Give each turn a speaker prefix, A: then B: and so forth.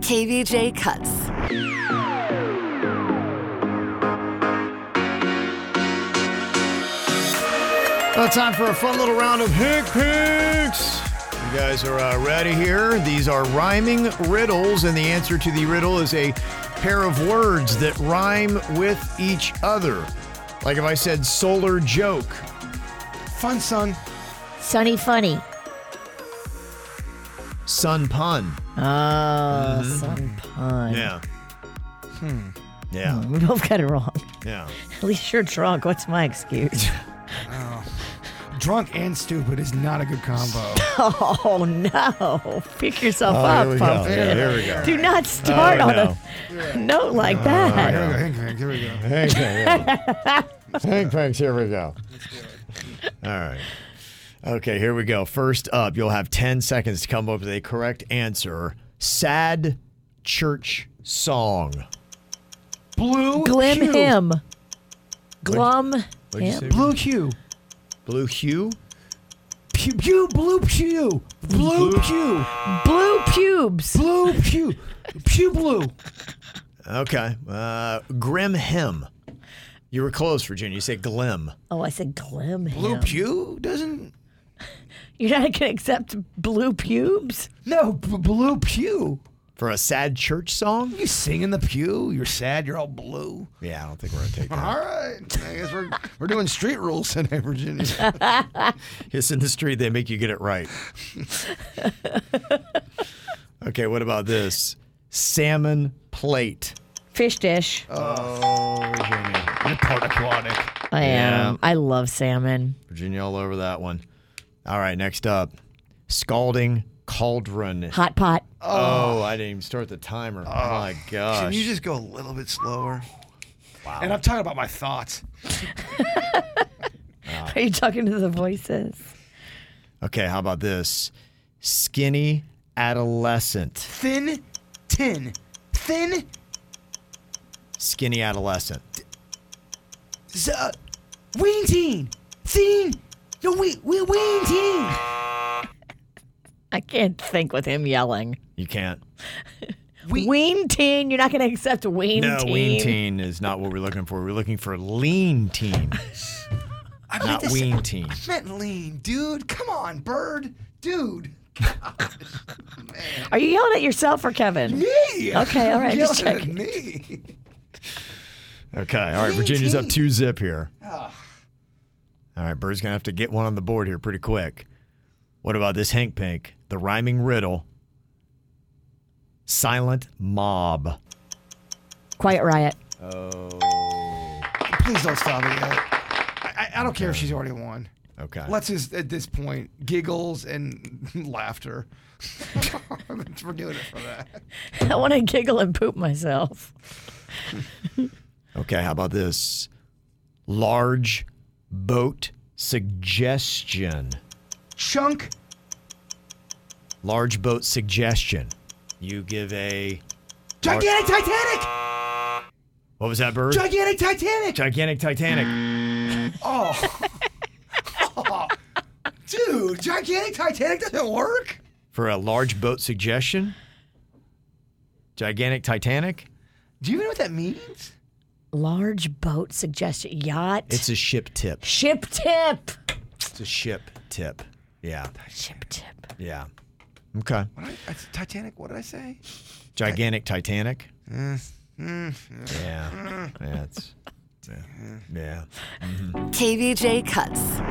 A: KVJ Cuts.
B: Well, time for a fun little round of hick picks. You guys are uh, ready here. These are rhyming riddles, and the answer to the riddle is a pair of words that rhyme with each other. Like if I said solar joke,
C: Fun, son.
D: Sunny funny.
B: sun pun.
D: Oh,
B: Mm-hmm.
D: sun pun.
B: Yeah. Hmm. Yeah.
D: We both got it wrong.
B: Yeah.
D: At least you're drunk. What's my excuse?
C: Drunk and stupid is not a good combo.
D: oh no! Pick yourself
B: Oh,
D: up,
B: here we go.
D: Pumpkin.
B: Yeah, here we go.
D: Do not start
B: Oh,
D: on
B: no. Oh,
D: a note like that.
C: Here we go. Hank, Hank, here we go.
B: Hank Panks. Hank Panks, here we go. All right. Okay, here we go. First up, you'll have 10 seconds to come up with a correct answer. Sad church song.
C: Blue
D: Glim
C: hue.
D: him. Glum
B: What'd you
D: him.
B: say?
C: Blue hue.
B: Blue hue?
C: Pew, pew, blue pew. Blue pew.
D: Blue pubes.
C: Blue pew. Pew blue.
B: Okay. Uh, grim hymn. You were close, Virginia. You said glim.
D: Oh, I said glim him.
C: Blue pew doesn't.
D: You're not gonna accept blue pubes?
C: No, b- blue pew.
B: For a sad church song?
C: You sing in the pew. You're sad. You're all blue.
B: Yeah, I don't think we're going to take that.
C: All right. I guess we're, we're doing street rules today, Virginia.
B: It's in the street. They make you get it right. okay, what about this? Salmon plate.
D: Fish dish.
B: Oh,
C: You're part aquatic.
D: I am.
B: yeah.
D: I love salmon.
B: Virginia all over that one. All right, next up, scalding cauldron.
D: Hot pot.
B: Oh, I didn't even start the timer. Oh my gosh.
C: Can you just go a little bit slower? Wow. And I'm talking about my thoughts.
D: Are you talking to the voices?
B: okay, how about this? Skinny adolescent.
C: Thin, tin, thin,
B: Skinny adolescent.
C: z- uh, ween teen, thin, no we we ween teen.
D: I can't think with him yelling.
B: You can't.
C: We-
D: Ween teen. You're not gonna accept ween
B: no,
D: teen.
B: wean teen is not what we're looking for. We're looking for lean teen,
C: I meant
B: not
C: to say-
B: wean teen.
C: I meant lean, dude. Come on, bird, dude.
D: Are you yelling at yourself or Kevin?
C: Me.
D: Okay, all right,
C: Yelling
D: just
C: at
D: checking.
C: Me.
B: Okay, all right.
C: Lean
B: Virginia's up
C: teen.
B: two zip here. All right, Bird's gonna have to get one on the board here pretty quick. What about this Hank Pink? The rhyming riddle. Silent mob.
D: Quiet riot.
C: Please don't stop it yet. I, I, I don't care if she's already won.
B: Okay.
C: Let's just at this point giggles and laughter. We're doing it for that.
D: I want to giggle and poop myself.
B: Okay, how about this? Large boat suggestion.
C: Chunk
B: Large boat suggestion. You give a
C: Gigantic Titanic!
B: what was that bird?
C: Gigantic Titanic!
B: Gigantic Titanic.
C: Oh. Oh. Dude, Gigantic Titanic doesn't work?
B: For a large boat suggestion? Gigantic Titanic?
C: Do you even know what that means?
D: Large boat suggestion. Yacht.
B: It's a ship tip.
D: ship tip.
B: It's a ship tip. Yeah.
D: Ship tip.
B: Yeah. Okay.
C: What I, that's Titanic, what did I say?
B: Gigantic Titanic. Mm, Yeah. Yeah. It's, yeah. yeah.
A: KVJ Cuts.